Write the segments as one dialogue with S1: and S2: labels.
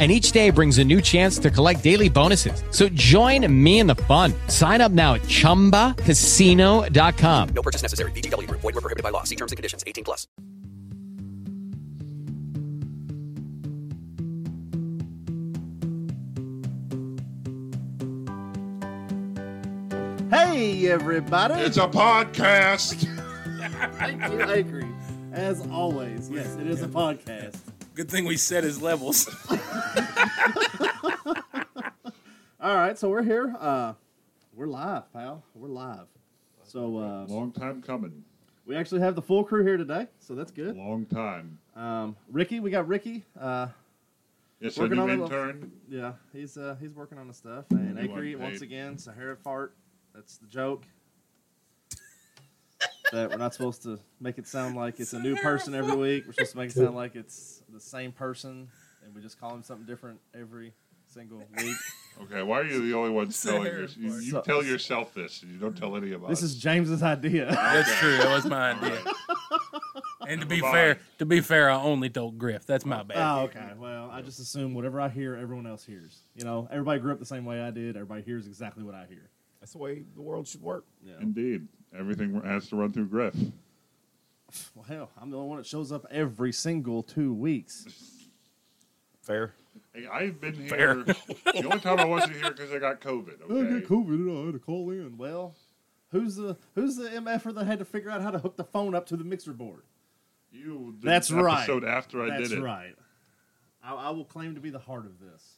S1: and each day brings a new chance to collect daily bonuses. So join me in the fun. Sign up now at ChumbaCasino.com.
S2: No purchase necessary. VGW Group. Void were prohibited by law. See terms and conditions. 18 plus.
S3: Hey, everybody.
S4: It's a podcast.
S3: Thank you, I agree. As always, yes, it is a podcast.
S5: Good thing we set his levels.
S3: All right, so we're here. Uh, we're live, pal. We're live. So uh,
S4: Long time coming.
S3: we actually have the full crew here today, so that's good.
S4: Long time.
S3: Um, Ricky, we got Ricky. Uh,
S4: Yes, our
S3: Working
S4: new
S3: on it.
S4: intern.
S3: yeah, he's uh, he's working on the stuff. And
S4: You
S3: Akri,
S4: want
S3: once
S4: paid.
S3: again, Sahara fart. That's the joke. that we're not supposed to make it sound like it's a new person every week. We're supposed to make it sound like it's the same person, and we just call him something different every single week.
S4: Okay, why are you the only one telling
S5: Sarah
S4: this? You,
S5: Park.
S4: you
S3: So-
S4: tell yourself this. You don't tell any of us.
S3: this is James's idea.
S5: That's true. That was my idea. And to be fair, to be fair, I only told Griff. That's my bad.
S3: Oh, okay. Well, I just assume whatever I hear, everyone else hears. You know, everybody grew up the same way I did. Everybody hears exactly what I hear.
S6: That's the way the world should work.
S4: indeed everything has to run through Griff.
S3: Well, hell, I'm the only one that shows up every single two weeks.
S6: Fair.
S4: Hey, I've been here.
S5: Fair.
S4: the only time I wasn't here because I got COVID. Okay.
S3: COVID and I had to call in. Well, who's the who's the mf'er that had to figure out how to hook the phone up to the mixer board?
S4: You did
S3: That's
S4: an
S3: right.
S4: Episode after I
S3: That's
S4: did it.
S3: right. I, I will claim to be the heart of this.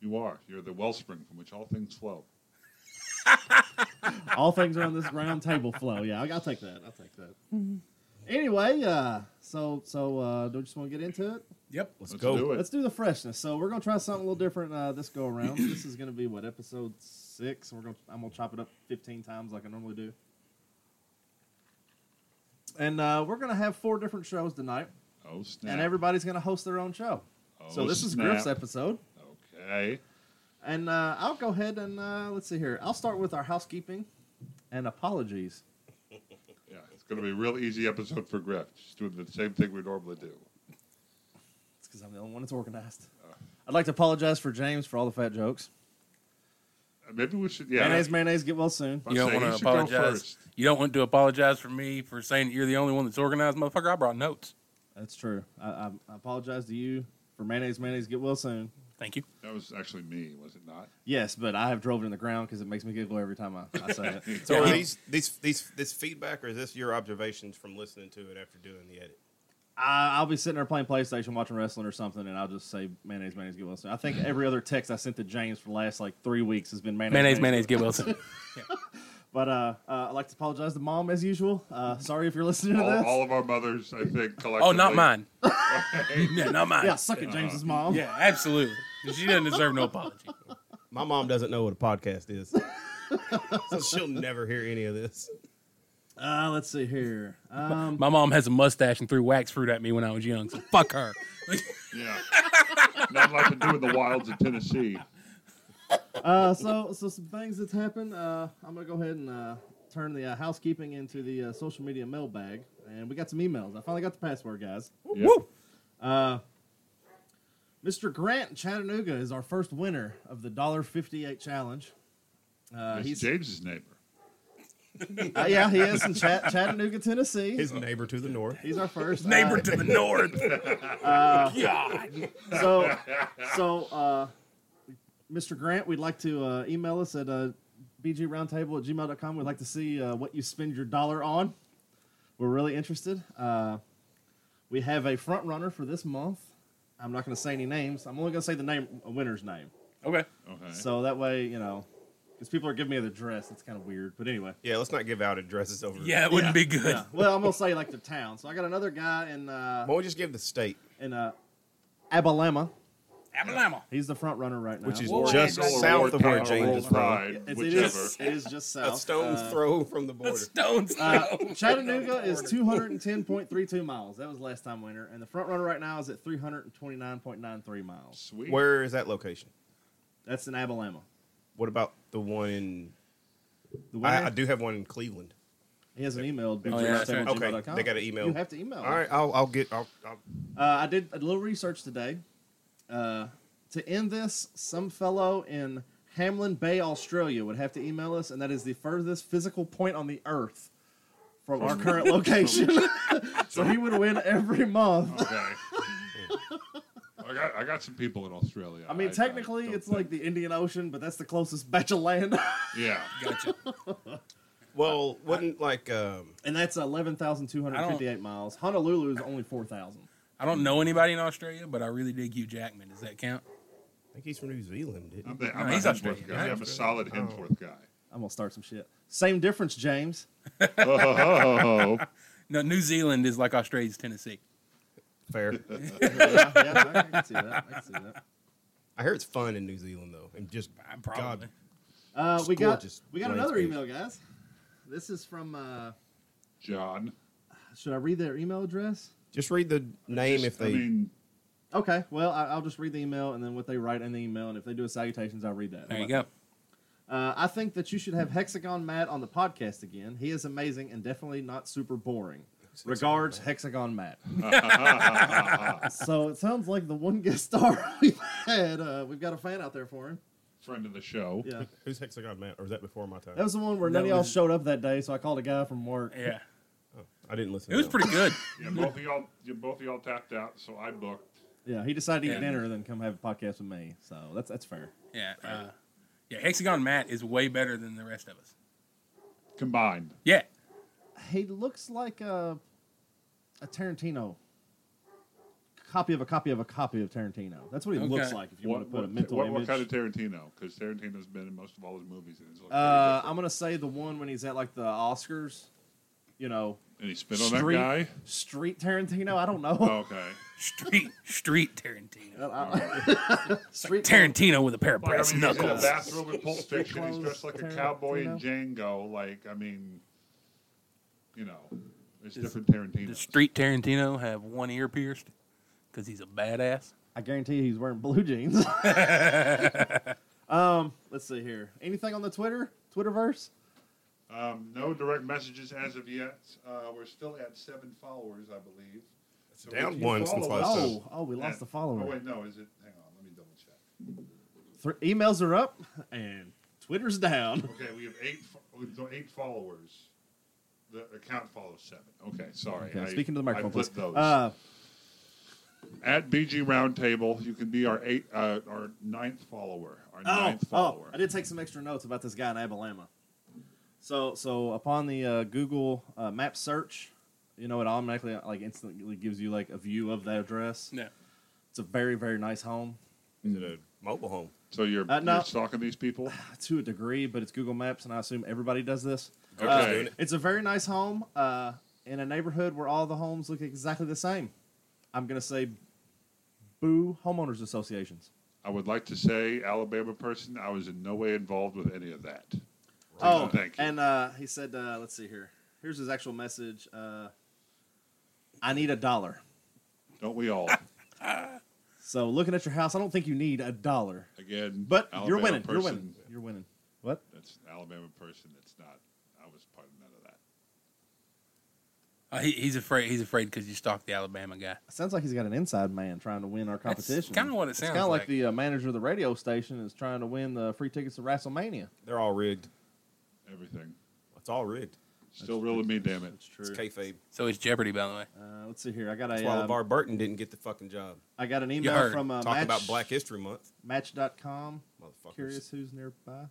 S4: You are. You're the wellspring from which all things flow.
S3: All things are on this round table flow. Yeah, I'll, I'll take that. I'll take that. Anyway, uh, so so uh, do we just want to get into it?
S5: Yep.
S6: Let's,
S4: Let's
S6: go.
S4: do it.
S3: Let's do the freshness. So we're gonna try something a little different uh, this go around. this is gonna be what episode six. We're gonna I'm gonna chop it up 15 times like I normally do. And uh, we're gonna have four different shows tonight,
S4: oh snap!
S3: and everybody's gonna host their own show. so
S4: Oh,
S3: this is
S4: snap.
S3: Griff's episode,
S4: Okay.
S3: and uh, I'll go ahead and uh, let's see here. I'll start with our housekeeping and apologies.
S4: Yeah, it's going to be a real easy episode for Griff. Just doing the same thing we normally do.
S3: It's because I'm the only one that's organized. I'd like to apologize for James for all the fat jokes.
S4: Uh, Maybe we should. Yeah.
S3: Mayonnaise, mayonnaise, get well soon.
S4: I'd
S5: You don't
S4: say
S5: want
S4: he
S5: to
S4: should go
S5: apologize.
S4: first.
S5: You don't want to apologize for me for saying that you're the only one that's organized, motherfucker. I brought notes.
S3: That's true. I, I, I apologize to you for mayonnaise, mayonnaise, get well soon.
S5: Thank you.
S4: That was actually me, was it not?
S3: Yes, but I have drove it in the ground because it makes me giggle every time I, I say it.
S6: So
S5: Yeah.
S6: are these these these this feedback or is this your observations from listening to it after doing the edit?
S3: I, I'll be sitting there playing PlayStation, watching wrestling or something, and I'll just say mayonnaise, mayonnaise, get well soon. I think every other text I sent to James for the last like three weeks has been mayonnaise,
S5: Mayonnaise, mayonnaise, get Wilson.
S3: But uh, uh, I'd like to apologize to mom as usual. Uh, sorry if you're listening to
S4: All,
S3: this.
S4: all of our mothers, I think, collectively.
S5: Oh, not mine. yeah, not mine.
S3: yeah, suck it, James's mom.
S5: Yeah, absolutely. She doesn't deserve no apology.
S6: My mom doesn't know what a podcast is. so she'll never hear any of this.
S3: Uh, let's see here. Um,
S5: My mom has a mustache and threw wax fruit at me when I was young, so fuck her.
S4: Yeah. not like to do in the wilds of Tennessee.
S3: uh, so, so some things that's happened. Uh, I'm gonna go ahead and uh, turn the uh, housekeeping into the uh, social media mailbag, and we got some emails. I finally got the password, guys.
S4: Yeah.
S3: Mr. Grant in Chattanooga is our first winner of the dollar fifty-eight challenge. Uh,
S4: That's
S3: he's
S4: James's neighbor.
S3: uh, yeah, he is in Chat- Chattanooga, Tennessee.
S6: His neighbor to the north.
S3: he's our first
S5: Neighbor
S3: Uh,
S5: to the north.
S3: so, so uh, Mr. Grant, we'd like to uh, email us at uh, bgroundtable at gmail.com. We'd like to see uh, what you spend your dollar on. We're really interested. Uh, we have a front runner for this month. I'm not going to say any names. I'm only going to say the name, a winner's name.
S5: Okay.
S4: Okay.
S3: So that way, you know, because people are giving me the dress, it's kind of weird. But anyway.
S6: Yeah, let's not give out addresses over.
S5: Yeah, it wouldn't be good.
S3: Yeah. Well, I'm gonna say like the town. So I got another guy in uh,
S6: Why don't we just give the state,
S3: in uh, Abilama.
S5: Alabama.
S3: He's the front runner right now.
S6: which is
S5: Well,
S6: just
S5: that's-
S6: south of where
S4: Or
S6: James is from,
S4: Pride,
S3: It's, it
S4: whichever.
S3: is. It is just south.
S6: a stone's
S3: Uh,
S6: throw from the border.
S5: Stones.
S3: uh, Chattanooga is 210.32 miles. That was last time winter, and the front runner right now is at 329.93 miles.
S4: Sweet.
S6: Where is that location?
S3: That's in Abilama.
S6: What about the one in?
S3: The winner,
S6: I, I do have one in Cleveland.
S3: he hasn't emailed.
S5: Oh, yeah, that's right.
S6: Okay, they got an email.
S3: You have to email.
S6: All right, I'll, I'll get. I'll, I'll,
S3: Uh, I did a little research today. Uh, to end this, some fellow in Hamlin Bay, Australia, would have to email us, and that is the furthest physical point on the Earth from our current location. so he would win every month.
S4: Okay. I got I got some people in Australia.
S3: I mean, technically,
S4: don't
S3: it's
S4: think-
S3: like the Indian Ocean, but that's the closest batch of land,
S4: yeah.
S5: Gotcha.
S6: well, wouldn't like um,
S3: and that's eleven thousand two hundred
S5: I
S3: fifty-eight miles. Honolulu is only four thousand.
S5: I don't know anybody in Australia, but I really dig Hugh Jackman. Does that count?
S6: I think he's from New Zealand. Didn't
S4: I'm,
S6: he?
S4: the, I'm
S5: No,
S4: a
S5: he's
S4: Hemsworth
S5: Australian,
S4: guy.
S5: right?
S4: I'm a solid
S3: Oh.
S4: Hemsworth guy.
S3: I'm gonna start some shit. Same difference, James.
S4: Oh,
S5: No, New Zealand is like Australia's Tennessee.
S6: Fair.
S3: yeah, yeah, I can see that. I can see that.
S6: I hear it's fun in New Zealand though, and just
S5: Probably.
S6: God,
S3: Uh, we got
S6: gorgeous
S3: we got another
S6: landscape.
S3: email, guys. This is from. Uh,
S4: John.
S3: should I read their email address?
S6: just read the name if they.
S4: I mean,
S3: Okay, well I, I'll just read the email and then what they write in the email, and if they do a salutations, I'll read that.
S5: There you go.
S3: Uh, I think that you should have Hexagon Matt on the podcast again. He is amazing and definitely not super boring. Regards, Hexagon Matt. so it sounds like the one guest star we've had. Uh, we've got a fan out there for him.
S4: friend of the show.
S3: Yeah,
S6: Who's Hexagon Man? Or is that before my time?
S3: that was the one where none of
S5: That
S3: y'all
S5: was-
S3: showed up that day, so I called a guy from work.
S5: Yeah.
S6: I didn't listen.
S5: It was pretty good.
S4: Yeah, both of y'all, you both of y'all tapped out, so I booked.
S3: Yeah, he decided to eat
S5: Yeah.
S3: dinner and then come have a podcast with me. So that's that's fair.
S5: Yeah. Uh, yeah. Hexagon Matt is way better than the rest of us.
S4: Combined.
S5: Yeah.
S3: He looks like a a Tarantino copy of a copy of a copy of Tarantino. That's what he
S5: Okay.
S3: looks like if you
S4: What,
S3: want to put
S4: what,
S3: a mental
S4: what,
S3: image.
S4: what kind of Tarantino? Because Tarantino's been in most of all his movies, and it's like
S3: uh, I'm gonna say the one when he's at like the Oscars. You know,
S4: and he spit on that guy.
S3: street Tarantino. I don't know.
S4: Okay,
S5: Street Street Tarantino.
S3: street
S5: Tarantino with a pair of
S4: like, I mean,
S5: brass
S4: he's in a
S5: knuckles.
S4: bathroom with Pulp Fiction. He's dressed like a
S3: Clothes,
S4: cowboy in Django. Like, I mean, you know, there's different Tarantino.
S5: Does Street Tarantino have one ear pierced? Because he's a badass.
S3: I guarantee he's wearing blue jeans. um, let's see here. Anything on the Twitter Twitterverse?
S4: Um, no direct messages as of yet. Uh, we're still at seven followers, I believe. So
S6: down
S4: if you
S6: one since
S4: follow
S6: last
S4: us-
S3: time. Oh, oh, we lost
S4: at-
S3: the follower.
S4: Oh wait, no, is it? Hang on, let me double check.
S3: Thr emails are up and Twitter's down.
S4: Okay, we have eight. fo- We've got eight followers. The account follows seven. Okay, sorry.
S3: Okay,
S4: I-
S3: speaking to the microphone,
S4: I flipped
S3: please.
S4: those.
S3: Uh,
S4: At BG Roundtable, you can be our eight, uh, our ninth follower. Our ninth
S3: oh,
S4: follower.
S3: I did take some extra notes about this guy in Abilama. So, so upon the uh, Google uh, map search, you know, it automatically like instantly gives you like a view of that address.
S5: Yeah.
S3: It's a very, very nice home
S6: Is it a mobile home?
S4: So you're,
S3: Uh, no.
S4: you're stalking these people?
S3: to a degree, but it's Google Maps, and I assume everybody does this.
S4: Okay.
S3: It's a very nice home uh, in a neighborhood where all the homes look exactly the same. I'm gonna say, boo homeowners associations.
S4: I would like to say, Alabama person, I was in no way involved with any of that.
S3: Oh,
S4: thank you.
S3: And uh, he said, uh, let's see here. Here's his actual message. Uh, I need a dollar.
S4: Don't we all?
S3: So looking at your house, I don't think you need a dollar,
S4: Again,
S3: but you're
S4: Alabama
S3: winning. You're
S4: person-
S3: winning. You're winning. What?
S4: That's an Alabama person. That's not. I was part of none of that.
S5: Uh, he, he's afraid. He's afraid because you stalked the Alabama guy.
S3: Sounds like he's got an inside man trying to win our
S5: That's
S3: competition.
S5: kinda what it
S3: It's
S5: sounds
S3: kinda like.
S5: like.
S3: the uh, manager of the radio station is trying to win the free tickets to WrestleMania.
S6: They're all rigged.
S4: Everything.
S6: It's all rigged.
S4: Still real to me, damn it.
S6: It's kayfabe.
S5: So it's Jeopardy, by the way.
S3: Uh, let's see here. I got
S6: That's
S3: a.
S6: why
S3: Um,
S6: LeVar Burton didn't get the fucking job.
S3: I got an
S5: You
S3: email
S5: heard.
S3: from uh,
S6: Talking
S3: match,
S6: about Black History Month.
S3: Match.com.
S6: Motherfuckers.
S3: Curious who's nearby.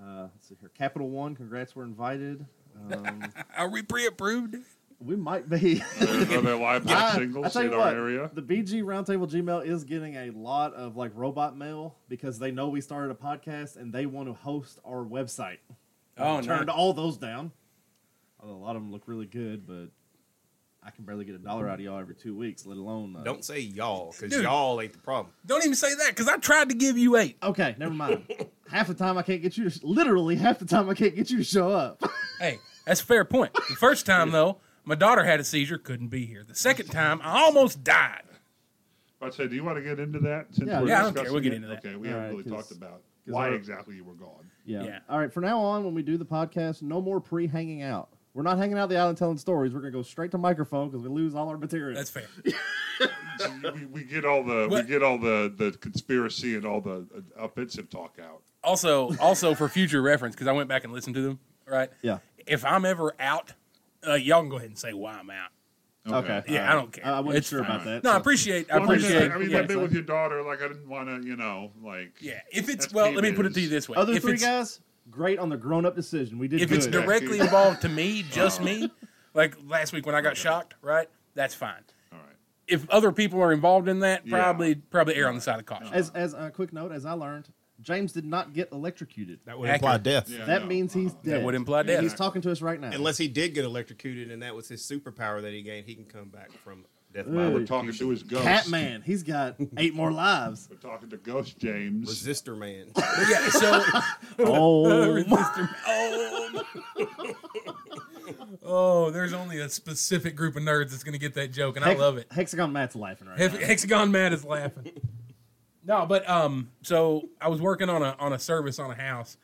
S3: Uh, let's see here. Capital One. Congrats, we're invited. Um,
S5: Are we pre-approved?
S3: We might be.
S4: Are there live
S3: I-
S4: black
S3: I
S4: singles
S3: tell you
S4: in our
S3: what,
S4: area?
S3: The BG Roundtable Gmail is getting a lot of like robot mail because they know we started a podcast and they want to host our website.
S5: Oh,
S3: I turned
S5: nice.
S3: all those down. Although a lot of them look really good, but I can barely get a dollar out of y'all every two weeks, let alone. Uh,
S6: Don't say y'all, because
S5: Dude.
S6: y'all ain't the problem.
S5: Don't even say that because I tried to give you eight.
S3: Okay, never mind. half the time I can't get you. To, literally half the time I can't get you to show up.
S5: Hey, that's a fair point. The first time though, my daughter had a seizure, couldn't be here. The second time, I almost died.
S4: I say, do you want to get into that? Since
S3: Yeah.
S4: we're
S5: Yeah, I don't care.
S4: discussing
S5: We'll get
S4: it?
S5: into that.
S4: Okay, we
S3: All
S4: haven't
S3: right,
S4: really
S3: 'cause-
S4: talked about
S3: 'cause
S4: why
S3: our-
S4: exactly you were gone.
S3: Yeah.
S5: Yeah.
S3: All right. From now on, when we do the podcast, no more pre hanging out. We're not hanging out the island telling stories. We're gonna go straight to microphone because we lose all our material.
S5: That's fair.
S4: we, we get all the
S5: What?
S4: we get all the the conspiracy and all the uh, offensive talk out.
S5: Also, also for future reference, because I went back and listened to them. Right.
S3: yeah.
S5: If I'm ever out, uh, y'all can go ahead and say why I'm out.
S3: Okay.
S5: Yeah,
S3: All right.
S5: I don't care.
S3: I I wasn't
S5: It's
S3: sure
S5: fine.
S3: about that.
S5: No, I
S3: so-
S5: appreciate. I
S4: Well, I mean,
S5: appreciate.
S4: I mean,
S5: yeah,
S4: that bit with your daughter, like I didn't want to, you know, like
S5: yeah, if it's
S4: that's
S5: well,
S4: what
S5: let me
S4: it
S5: put it
S4: is.
S5: to you this way:
S3: Other
S5: if
S3: three
S5: it's
S3: guys, great on the grown up decision. We did
S5: if
S3: good.
S5: it's directly
S4: Yeah.
S5: involved to me, just me, like last week when I got shocked, right? That's fine.
S4: All right,
S5: If other people are involved in that,
S4: Yeah.
S5: probably probably err on the side of caution.
S3: As as a quick note, as I learned, James did not get electrocuted.
S6: That would
S5: imply
S6: imply
S5: Accurate.
S6: death.
S4: Yeah,
S3: That
S4: no,
S3: means he's dead.
S5: would imply
S3: And
S5: death.
S3: He's talking to us right now.
S6: Unless he did get electrocuted, and that was his superpower that he gained, he can come back from death by
S3: Ooh.
S4: we're talking to his ghost.
S3: Catman, he's got eight more lives.
S4: We're talking to Ghost James.
S6: resistor man.
S5: yeah, so
S3: Oh,
S5: oh. oh, there's only a specific group of nerds that's gonna get that joke, and I love it.
S3: Hexagon Matt's laughing right
S5: Hex- Hexagon Matt is laughing. No, but um, so I was working on a on a service on a house,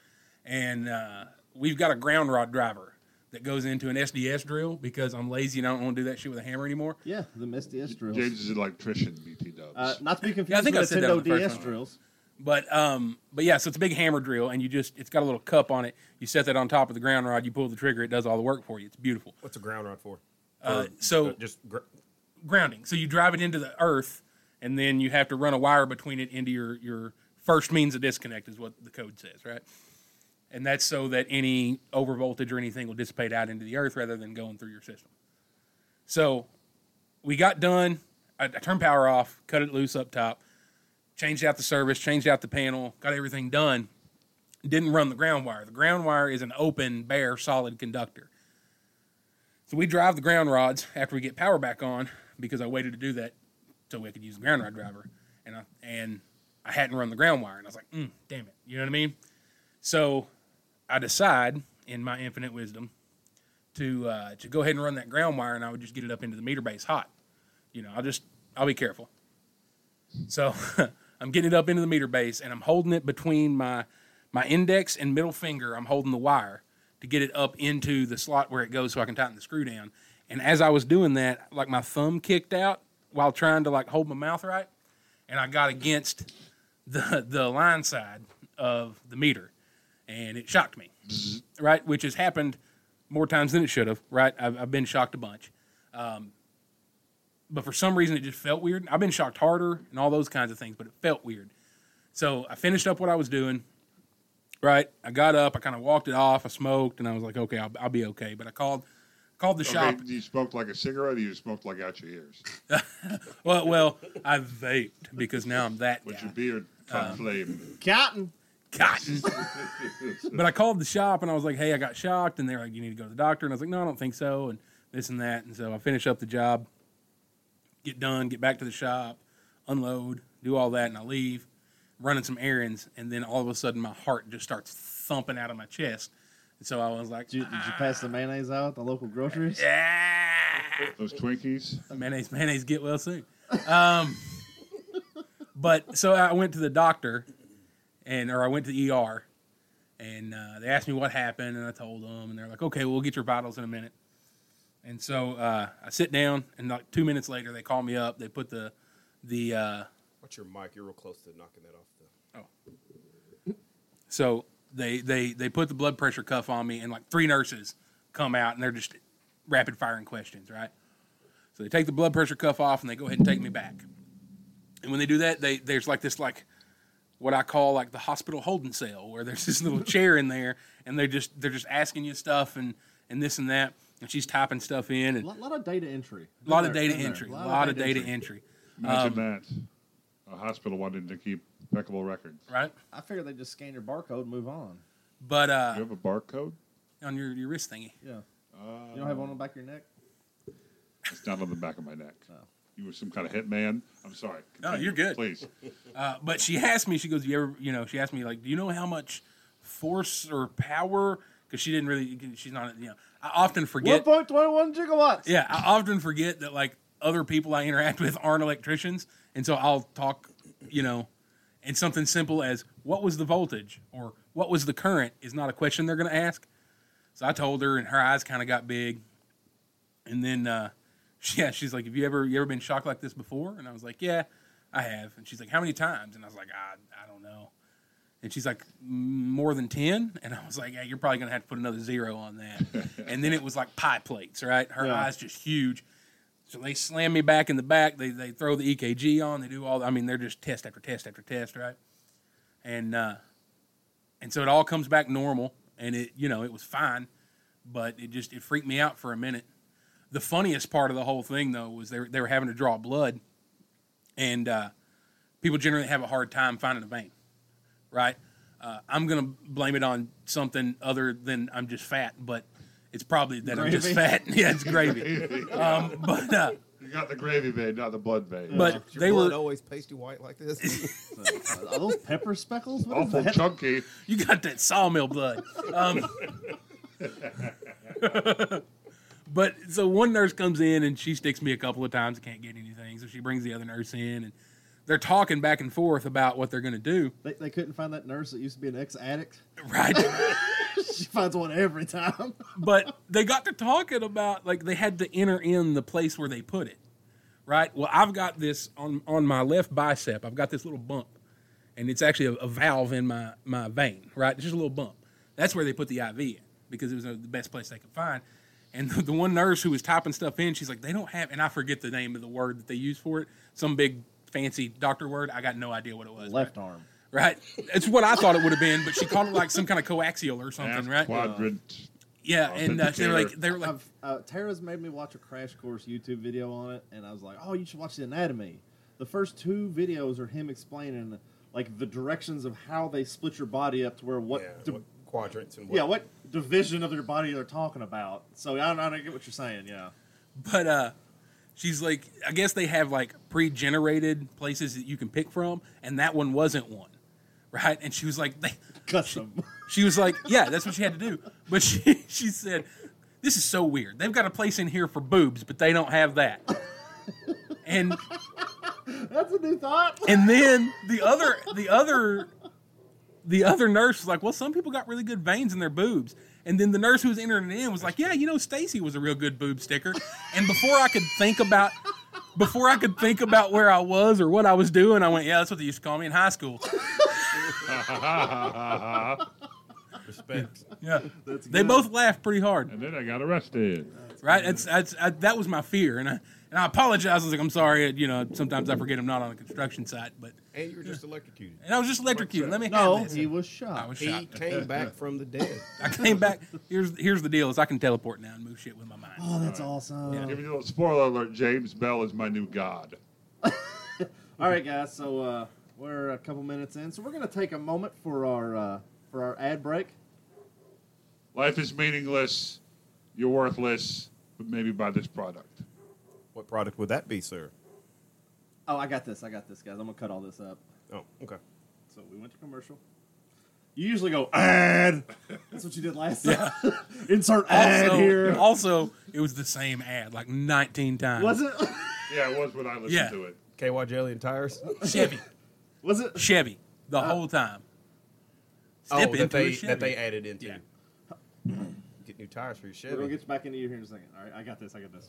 S5: and uh, we've got a ground rod driver that goes into an SDS drill because I'm lazy and I don't want to do that shit with a hammer anymore.
S3: Yeah, the mistiest drills.
S4: James is an electrician. BT Dubs.
S3: Uh, not to be confused
S5: Yeah, I think I
S3: with
S5: said that on
S3: Nintendo
S5: the first
S3: DS
S5: one.
S3: drills.
S5: But um, but yeah, so it's a big hammer drill, and you just it's got a little cup on it. You set that on top of the ground rod, you pull the trigger, it does all the work for you. It's beautiful.
S6: What's a ground rod for?
S5: Uh, so
S6: Just gr-
S5: grounding. So you drive it into the earth, and then you have to run a wire between it into your your first means of disconnect is what the code says, right? And that's so that any overvoltage or anything will dissipate out into the earth rather than going through your system. So we got done. I, I turned power off, cut it loose up top, changed out the service, changed out the panel, got everything done. Didn't run the ground wire. The ground wire is an open, bare, solid conductor. So we drive the ground rods after we get power back on because I waited to do that so I could use the ground rod driver, and I and I hadn't run the ground wire, and I was like, mm, damn it, you know what I mean? So I decide, in my infinite wisdom, to uh, to go ahead and run that ground wire, and I would just get it up into the meter base hot. You know, I'll just I'll be careful. So I'm getting it up into the meter base, and I'm holding it between my my index and middle finger. I'm holding the wire to get it up into the slot where it goes, so I can tighten the screw down. And as I was doing that, like my thumb kicked out while trying to like hold my mouth right, and I got against the the line side of the meter, and it shocked me, right? Which has happened more times than it should have, right? I've, I've been shocked a bunch Um, but for some reason it just felt weird. I've been shocked harder and all those kinds of things, but it felt weird. So I finished up what I was doing. Right, I got up. I kind of walked it off. I smoked, and I was like, "Okay, I'll, I'll be okay." But I called, called the
S4: okay,
S5: shop.
S4: do you smoked like a cigarette, or you smoked like out your ears?
S5: Well, well, I vaped because now I'm that
S4: But
S5: guy.
S4: your beard
S5: Um,
S4: caught flame.
S3: Cotton.
S5: Cotton. but I called the shop and I was like, "Hey, I got shocked," and they're like, "You need to go to the doctor." And I was like, "No, I don't think so," and this and that. And so I finish up the job, get done, get back to the shop, unload, do all that, and I leave, running some errands, and then all of a sudden my heart just starts thumping out of my chest, and so I was like,
S3: Did you, did you pass the mayonnaise out at the local groceries?
S5: "Yeah."
S4: Those Twinkies.
S5: mayonnaise, mayonnaise, get well soon. Um, but so I went to the doctor, and or I went to the ER, and uh, they asked me what happened, and I told them, and they're like, "Okay, we'll get your vitals in a minute." And so uh, I sit down, and like two minutes later, they call me up. They put the the uh,
S6: What's your mic? You're real close to knocking that off. The...
S5: So they they they put the blood pressure cuff on me, and like three nurses come out, and they're just rapid firing questions, right? So they take the blood pressure cuff off, and they go ahead and take me back. And when they do that, they there's like this like what I call like the hospital holding cell, where there's this little chair in there, and they're just they're just asking you stuff and and this and that. and she's typing stuff in
S3: A
S5: and a
S3: lot, lot of data entry.
S5: lot of
S3: Been there,
S5: data
S3: been there.
S5: entry, a lot of data entry, Um,
S4: Imagine that. A hospital wanting to keep impeccable records.
S5: right?
S3: I figured they just scan your barcode, and move on.
S5: But uh,
S4: You have a barcode?
S5: on your, your wrist thingy,
S3: Yeah. you don't have one on the back of your neck.
S4: It's not on the back of my neck. You were some kind of hitman. I'm sorry.
S5: Oh. No,
S4: Continue,
S5: you're good.
S4: Please.
S5: uh, but she asked me, she goes, "You ever, you know?" She asked me like, "Do you know how much force or power?" Because she didn't really, she's not, you know. I often forget.
S3: One point twenty-one gigawatts.
S5: Yeah, I often forget that like other people I interact with aren't electricians, and so I'll talk, you know, and something simple as what was the voltage or what was the current is not a question they're going to ask. So I told her, and her eyes kind of got big, and then uh, she- yeah, she's like, "Have you ever you ever been shocked like this before?" And I was like, "Yeah, I have." And she's like, "How many times?" And I was like, "I I don't know." And she's like, "Mm, more than 10? And I was like, yeah, you're probably going to have to put another zero on that. and then it was like pie plates, right? Her
S3: Yeah.
S5: eyes just huge. So they slam me back in the back. They, they throw the EKG on. They do all, I mean, they're just test after test after test, right? And, uh, and so it all comes back normal. And it, you know, it was fine, but it just, it freaked me out for a minute. The funniest part of the whole thing, though, was they were, they were having to draw blood. And uh, people generally have a hard time finding a vein right? Uh, I'm gonna blame it on something other than I'm just fat, but it's probably that I'm just fat. yeah, it's gravy. um, but uh,
S4: You got the gravy vein, not the blood vein.
S5: but
S6: Your
S5: they
S6: blood
S5: were
S6: always pasty white like this.
S3: Are, are those pepper speckles? What is
S4: awful
S3: that?
S4: chunky.
S5: you got that sawmill blood. Um, but so one nurse comes in and she sticks me a couple of times. Can't get anything, so she brings the other nurse in and they're talking back and forth about what they're gonna do.
S3: They, they couldn't find that nurse that used to be an ex-addict.
S5: Right.
S3: she finds one every time.
S5: but they got to talking about like they had to enter in the place where they put it right well i've got this on on my left bicep i've got this little bump and it's actually a, a valve in my my vein right it's just a little bump that's where they put the iv in because it was uh, the best place they could find and the, the one nurse who was typing stuff in she's like they don't have and i forget the name of the word that they use for it some big fancy doctor word i got no idea what it was
S3: Left arm.
S5: right it's what i thought it would have been but she called it like some kind of coaxial or
S4: Half
S5: something right
S4: quadrant.
S5: yeah and uh, they were like
S4: Authenticator.
S5: they were like
S3: I've, uh, Tara's made me watch a crash course YouTube video on it, and I was like, "Oh, you should watch the anatomy." The first two videos are him explaining like the directions of how they split your body up to where what,
S6: Yeah,
S3: di-
S6: what quadrants and what?
S3: yeah, what division of your body they're talking about. So I don't, I don't get what you're saying. Yeah,
S5: but uh she's like i guess they have like pre-generated places that you can pick from and that one wasn't one right and she was like they,
S3: custom.
S5: she was like yeah that's what she had to do but she she said this is so weird they've got a place in here for boobs but they don't have that and
S3: That's a new thought.
S5: and then the other the other the other nurse was like, "Well, some people got really good veins in their boobs." And then the nurse who was entering it in was like, "Yeah, you know, Stacy was a real good boob sticker." And before I could think about before I could think about where I was or what I was doing, I went, "Yeah, that's what they used to call me in high school."
S6: Respect.
S5: Yeah, they both laughed pretty hard,
S4: And then I got arrested.
S5: right? That's, that's I, that was my fear, and I and I apologized. I was like, "I'm sorry," you know. Sometimes I forget I'm not on a construction site, but
S6: and you were just electrocuted.
S5: and I was just electrocuted. Let me
S3: No,
S5: have this.
S3: Oh, he was
S5: I
S3: shot.
S5: was
S6: He
S5: shocked.
S6: came back from the dead.
S5: I came back. Here's here's the deal: is I can teleport now and move shit with my mind.
S3: oh, that's awesome.
S4: Give you a little spoiler alert. James Bell is my new god.
S3: All right, guys. So uh, we're a couple minutes in, so we're gonna take a moment for our uh, for our ad break.
S4: Life is meaningless. You're worthless. But maybe buy this product.
S6: What product would that be, sir?
S3: Oh, I got this. I got this, guys. I'm gonna cut all this up.
S6: Oh, okay.
S3: So we went to commercial. You usually go ad. That's what you did last time. Insert ad
S5: also,
S3: here.
S5: also, it was the same ad like 19 times.
S3: Was it?
S4: Yeah, it was when I listened
S5: Yeah.
S4: to it.
S6: KY Jelly and Tires?
S5: Chevy?
S3: Was it?
S5: Chevy the
S3: Uh,
S5: whole time. Step
S6: oh,
S5: into
S6: that they,
S5: a Chevy.
S6: that they added into.
S5: Yeah.
S6: Get new tires for your
S3: We're gonna
S6: Chevy.
S3: get you back into you here in a second. All right, I got this. I got this.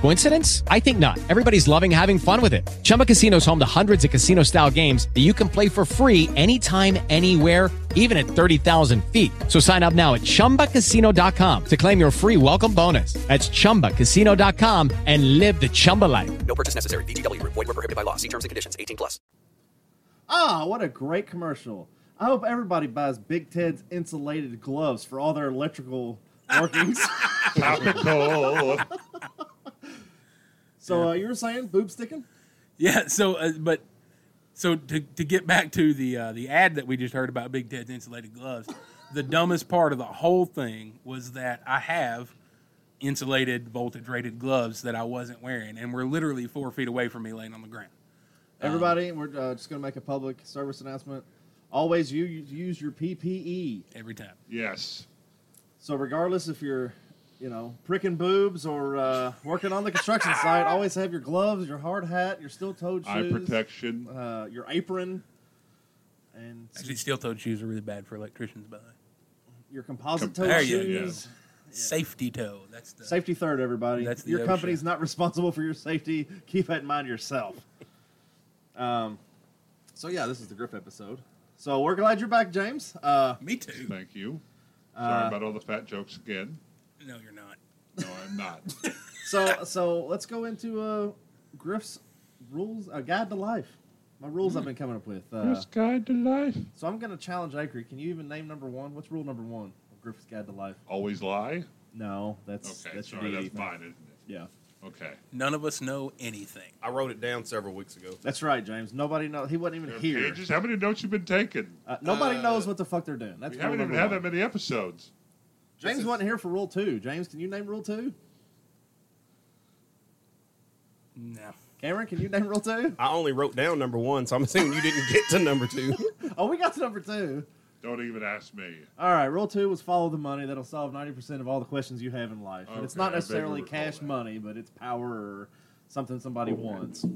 S1: Coincidence? I think not. Everybody's loving having fun with it. Chumba Casino's home to hundreds of casino style games that you can play for free anytime, anywhere, even at 30,000 feet. So sign up now at chumbacasino.com to claim your free welcome bonus. That's chumbacasino.com and live the Chumba life.
S2: No purchase necessary. VGW Group. Void were prohibited by law. See terms and conditions. 18 plus.
S3: Ah, what a great commercial. I hope everybody buys Big Ted's insulated gloves for all their electrical workings.
S4: Topical.
S3: so uh, you were saying boob sticking?
S5: Yeah. So, uh, but so to, to get back to the uh, the ad that we just heard about Big Ted's insulated gloves, the dumbest part of the whole thing was that I have insulated voltage rated gloves that I wasn't wearing, and were literally four feet away from me laying on the ground.
S3: Everybody, we're uh, just going to make a public service announcement. Always you, use your PPE.
S5: Every time.
S4: yes.
S3: So regardless if you're, you know, pricking boobs or uh, working on the construction site, always have your gloves, your hard hat, your steel-toed shoes,
S4: Eye protection.
S3: uh, your apron, and
S5: Actually, steel toed shoes are really bad for electricians, by the way.
S3: your composite
S4: Com-
S3: toed
S5: there you
S4: go.
S3: shoes.
S5: Safety toe. That's the.
S3: Safety third, everybody.
S5: That's the
S3: your
S5: OSHA.
S3: company's not responsible for your safety. Keep that in mind yourself. um, so yeah, this is the Griff episode. So we're glad you're back, James. Uh,
S5: Me too.
S4: Thank you. Sorry about all the fat jokes again.
S5: No, you're not.
S4: No, I'm not.
S3: so so let's go into uh, Griff's rules, a guide to life. My rules I've been coming up with. Uh,
S4: guide to life.
S3: so I'm gonna challenge Akery. Can you even name number one? What's rule number one? of Griff's guide to life.
S4: Always lie.
S3: No, that's
S4: Okay,
S3: that's your
S4: sorry, that's
S3: DDD thing.
S4: mine, isn't it?
S3: Yeah,
S4: Okay.
S5: None of us know anything.
S6: I wrote it down several weeks ago.
S3: that's right, James. Nobody knows. He wasn't even
S4: There are
S3: here.
S4: Pages. How many notes you been taking?
S3: Uh, nobody knows what the fuck they're doing. That's
S4: we
S3: rule
S4: haven't even
S3: number
S4: had
S3: one.
S4: that many episodes.
S3: James wasn't here for rule two. James, can you name rule two?
S5: No.
S3: Cameron, can you name rule two?
S6: I only wrote down number one, so I'm assuming you didn't get to number two.
S3: Oh, we got to number two.
S4: Don't even ask me.
S3: All right, rule two was follow the money. That'll solve ninety percent of all the questions you have in life. and it's
S4: Okay,
S3: not
S4: I vaguely
S3: necessarily
S4: recall
S3: cash
S4: that.
S3: money, but it's power or something somebody wants.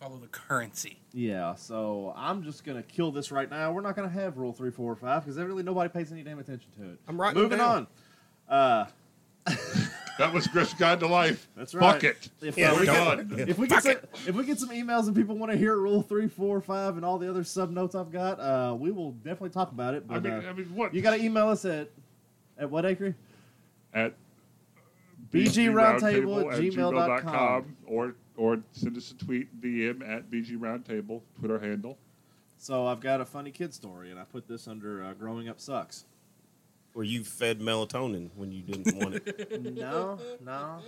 S5: Follow the currency.
S3: Yeah. So I'm just gonna kill this right now. We're not gonna have rule three, four, or five because really nobody pays any damn attention to it.
S6: I'm writing it
S3: Moving
S6: down.
S3: on.
S4: That was Griff's guide to life.
S3: That's
S4: Fuck
S3: right.
S4: it.
S3: If,
S6: Yeah,
S3: uh,
S4: We're
S3: we get,
S4: done.
S3: if we get some, if we get some emails and people want to hear rule three, four, five, and all the other sub notes I've got, uh, we will definitely talk about it. But
S4: I mean,
S3: uh,
S4: I mean, what?
S3: You got to email us at at what acre?
S4: At
S3: BGRoundtable@gmail.com.
S4: or or send us a tweet DM at BG Roundtable Twitter handle.
S3: So I've got a funny kid story, and I put this under uh, "Growing Up Sucks."
S6: Where you fed melatonin when you didn't want it.
S3: No, no,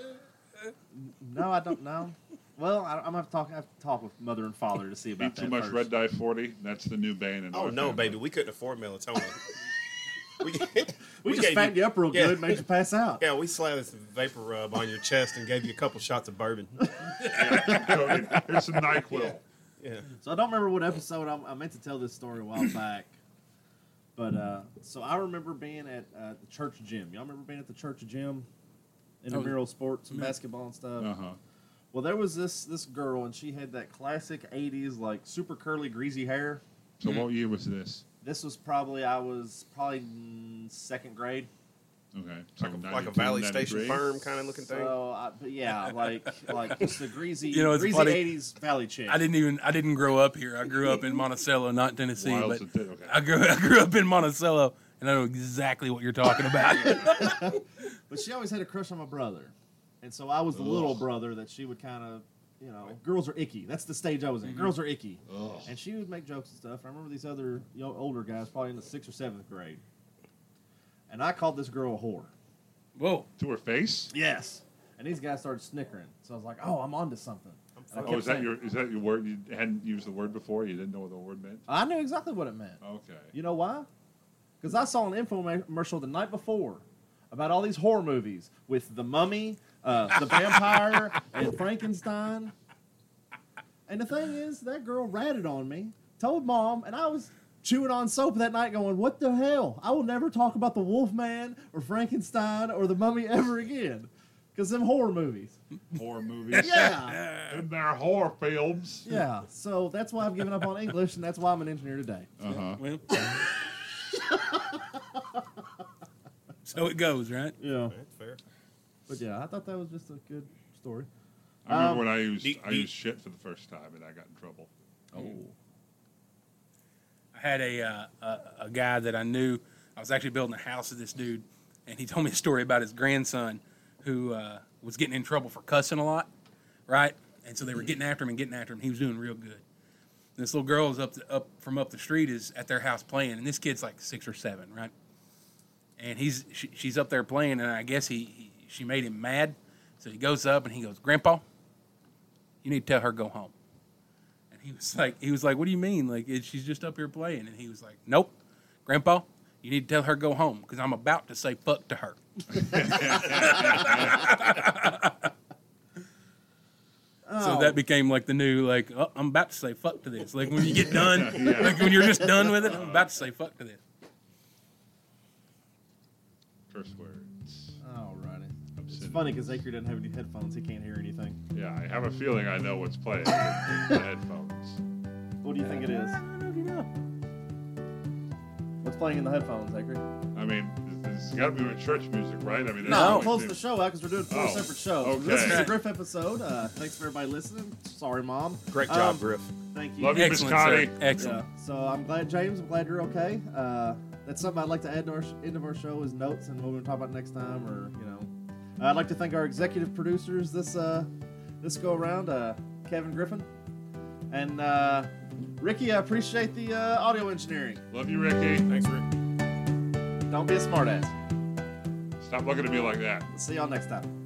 S3: no. I don't know. Well, I, I'm gonna have to talk. I have to talk with mother and father to see about
S4: Eat
S3: that.
S4: too much
S3: first.
S4: Red Dye Forty. That's the new band. In
S6: Oh
S4: our
S6: no,
S4: family.
S6: baby, we couldn't afford melatonin. we,
S3: We,
S6: we
S3: just
S6: gave
S3: fattened you up real
S6: yeah.
S3: good, made you pass out.
S6: Yeah, we slathered some vapor rub on your chest and gave you a couple shots of bourbon.
S4: Cody, Here's some Nyquil.
S6: Yeah.
S3: So I don't remember what episode I'm, I meant to tell this story a while back, but uh, so I remember being at uh, the church gym. Y'all remember being at the church gym in the mural sports and basketball and stuff.
S4: Uh huh.
S3: Well, there was this this girl, and she had that classic '80s like super curly, greasy hair.
S4: So
S6: Mm.
S4: what year was this?
S3: This was probably I was probably mm, second grade.
S4: Okay, so
S6: Like, a, like a
S4: 92,
S6: Valley Station
S4: 93?
S6: firm kind of looking thing.
S3: So I, but yeah, like like just the greasy,
S5: You know, it's
S3: greasy
S5: funny.
S3: '80s valley chick.
S5: I didn't even I didn't grow up here. I grew up in Monticello, not Tennessee.
S4: Wild as
S5: but
S4: it- okay.
S5: I grew I grew up in Monticello, and I know exactly what you're talking about.
S3: But she always had a crush on my brother, and so I was the little brother that she would kind of, you know, girls are icky. That's the stage I was
S5: Mm-hmm.
S3: in. Girls are icky, and she would make jokes and stuff. I remember these other you know, older guys, probably in the sixth or seventh grade, and I called this girl a whore.
S5: Whoa!
S4: To her face.
S3: Yes, and these guys started snickering. So I was like, oh, I'm onto something. And I
S4: Oh,
S3: kept
S4: is that
S3: saying-
S4: your is that your word? You hadn't used the word before. You didn't know what the word meant.
S3: I knew exactly what it meant.
S4: Okay.
S3: You know why? Because I saw an infomercial the night before about all these horror movies with the mummy, uh, the vampire, and Frankenstein. And the thing is, that girl ratted on me, told mom, and I was chewing on soap that night going, What the hell? I will never talk about the Wolfman or Frankenstein or the mummy ever again. Because them horror movies.
S4: Horror movies.
S3: Yeah.
S4: In their horror films.
S3: Yeah. So that's why I've given up on English, and that's why I'm an engineer today.
S5: Well, so it goes, right?
S3: Yeah.
S6: Fair.
S3: But yeah, I thought that was just a good story.
S4: I remember
S3: Um,
S4: when I used
S5: do-
S4: I
S5: do-
S4: used shit for the first time and I got in trouble.
S3: Oh.
S5: I had a, uh, a a guy that I knew. I was actually building a house with this dude, and he told me a story about his grandson who uh, was getting in trouble for cussing a lot, right? And so they were getting after him and getting after him. He was doing real good. And this little girl is up the, up from up the street is at their house playing, and this kid's like six or seven, right? And he's she, she's up there playing, and I guess he, he she made him mad, so he goes up and he goes, "Grandpa, you need to tell her go home." And he was like, he was like, what do you mean? Like, it, she's just up here playing. And he was like, nope, Grandpa, you need to tell her go home because I'm about to say fuck to her.
S3: Oh.
S5: So that became like the new like, oh, I'm about to say fuck to this. Like when you get done,
S4: Yeah.
S5: like when you're just done with it, I'm about to say fuck to this.
S4: Curse words.
S3: Alrighty. It's
S4: Obscenity.
S3: funny because Acre doesn't have any headphones. He can't hear anything.
S4: Yeah, I have a feeling I know what's playing with the headphones.
S3: What do you think it is? What's playing in the headphones, Acre?
S4: I mean, it's got to be with church music, right? I
S7: Oh,
S4: mean, that's
S5: No.
S4: what
S3: We'll
S4: we
S3: close
S4: do.
S3: the show out because we're doing four
S4: Oh,
S3: separate shows.
S4: okay.
S3: This is a
S5: Right.
S3: Griff episode. Uh, thanks for everybody listening. Sorry, Mom.
S7: Great job,
S3: Um,
S7: Griff.
S3: Thank you.
S4: Love you, Miss
S5: Excellent, sir.
S4: Connie.
S5: Excellent.
S3: Yeah. So I'm glad, James. I'm glad you're okay. Uh, that's something I'd like to add to our sh- end of our show is notes and what we're gonna talk about next time, or you know, Uh, I'd like to thank our executive producers this uh, this go around, uh, Kevin Griffin, and uh, Ricky. I appreciate the uh, audio engineering.
S4: Love you, Ricky.
S7: Thanks, Rick.
S3: Don't be a smartass.
S4: Stop looking at me like that.
S3: See y'all next time.